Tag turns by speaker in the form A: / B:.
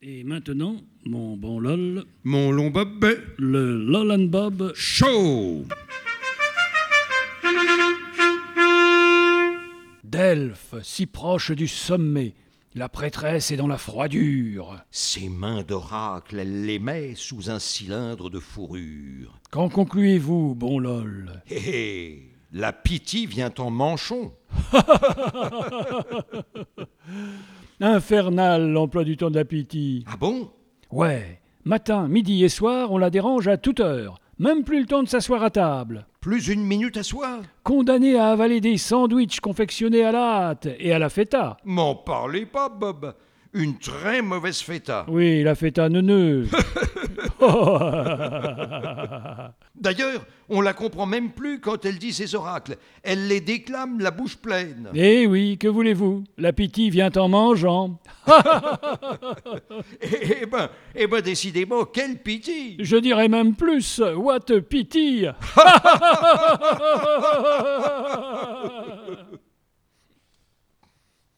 A: Et maintenant, mon bon LOL,
B: Mon long bob
A: le LOL and Bob.
B: chaud.
A: Delphes, si proche du sommet, la prêtresse est dans la froidure.
C: Ses mains d'oracle, elle les met sous un cylindre de fourrure.
A: Qu'en concluez-vous, bon LOL
C: Hé hé La pitié vient en manchon.
A: Infernal l'emploi du temps de la pitié.
C: Ah bon
A: Ouais, matin, midi et soir, on la dérange à toute heure. Même plus le temps de s'asseoir à table.
C: Plus une minute à soi
A: Condamnée à avaler des sandwichs confectionnés à la hâte et à la feta.
C: M'en parlez pas, Bob. Une très mauvaise fêta.
A: Oui, la feta neuneu.
C: D'ailleurs, on la comprend même plus quand elle dit ses oracles. Elle les déclame la bouche pleine.
A: Eh oui, que voulez-vous L'appétit vient en mangeant.
C: Eh ben, eh ben, décidément, quelle pitié
A: Je dirais même plus, what a pity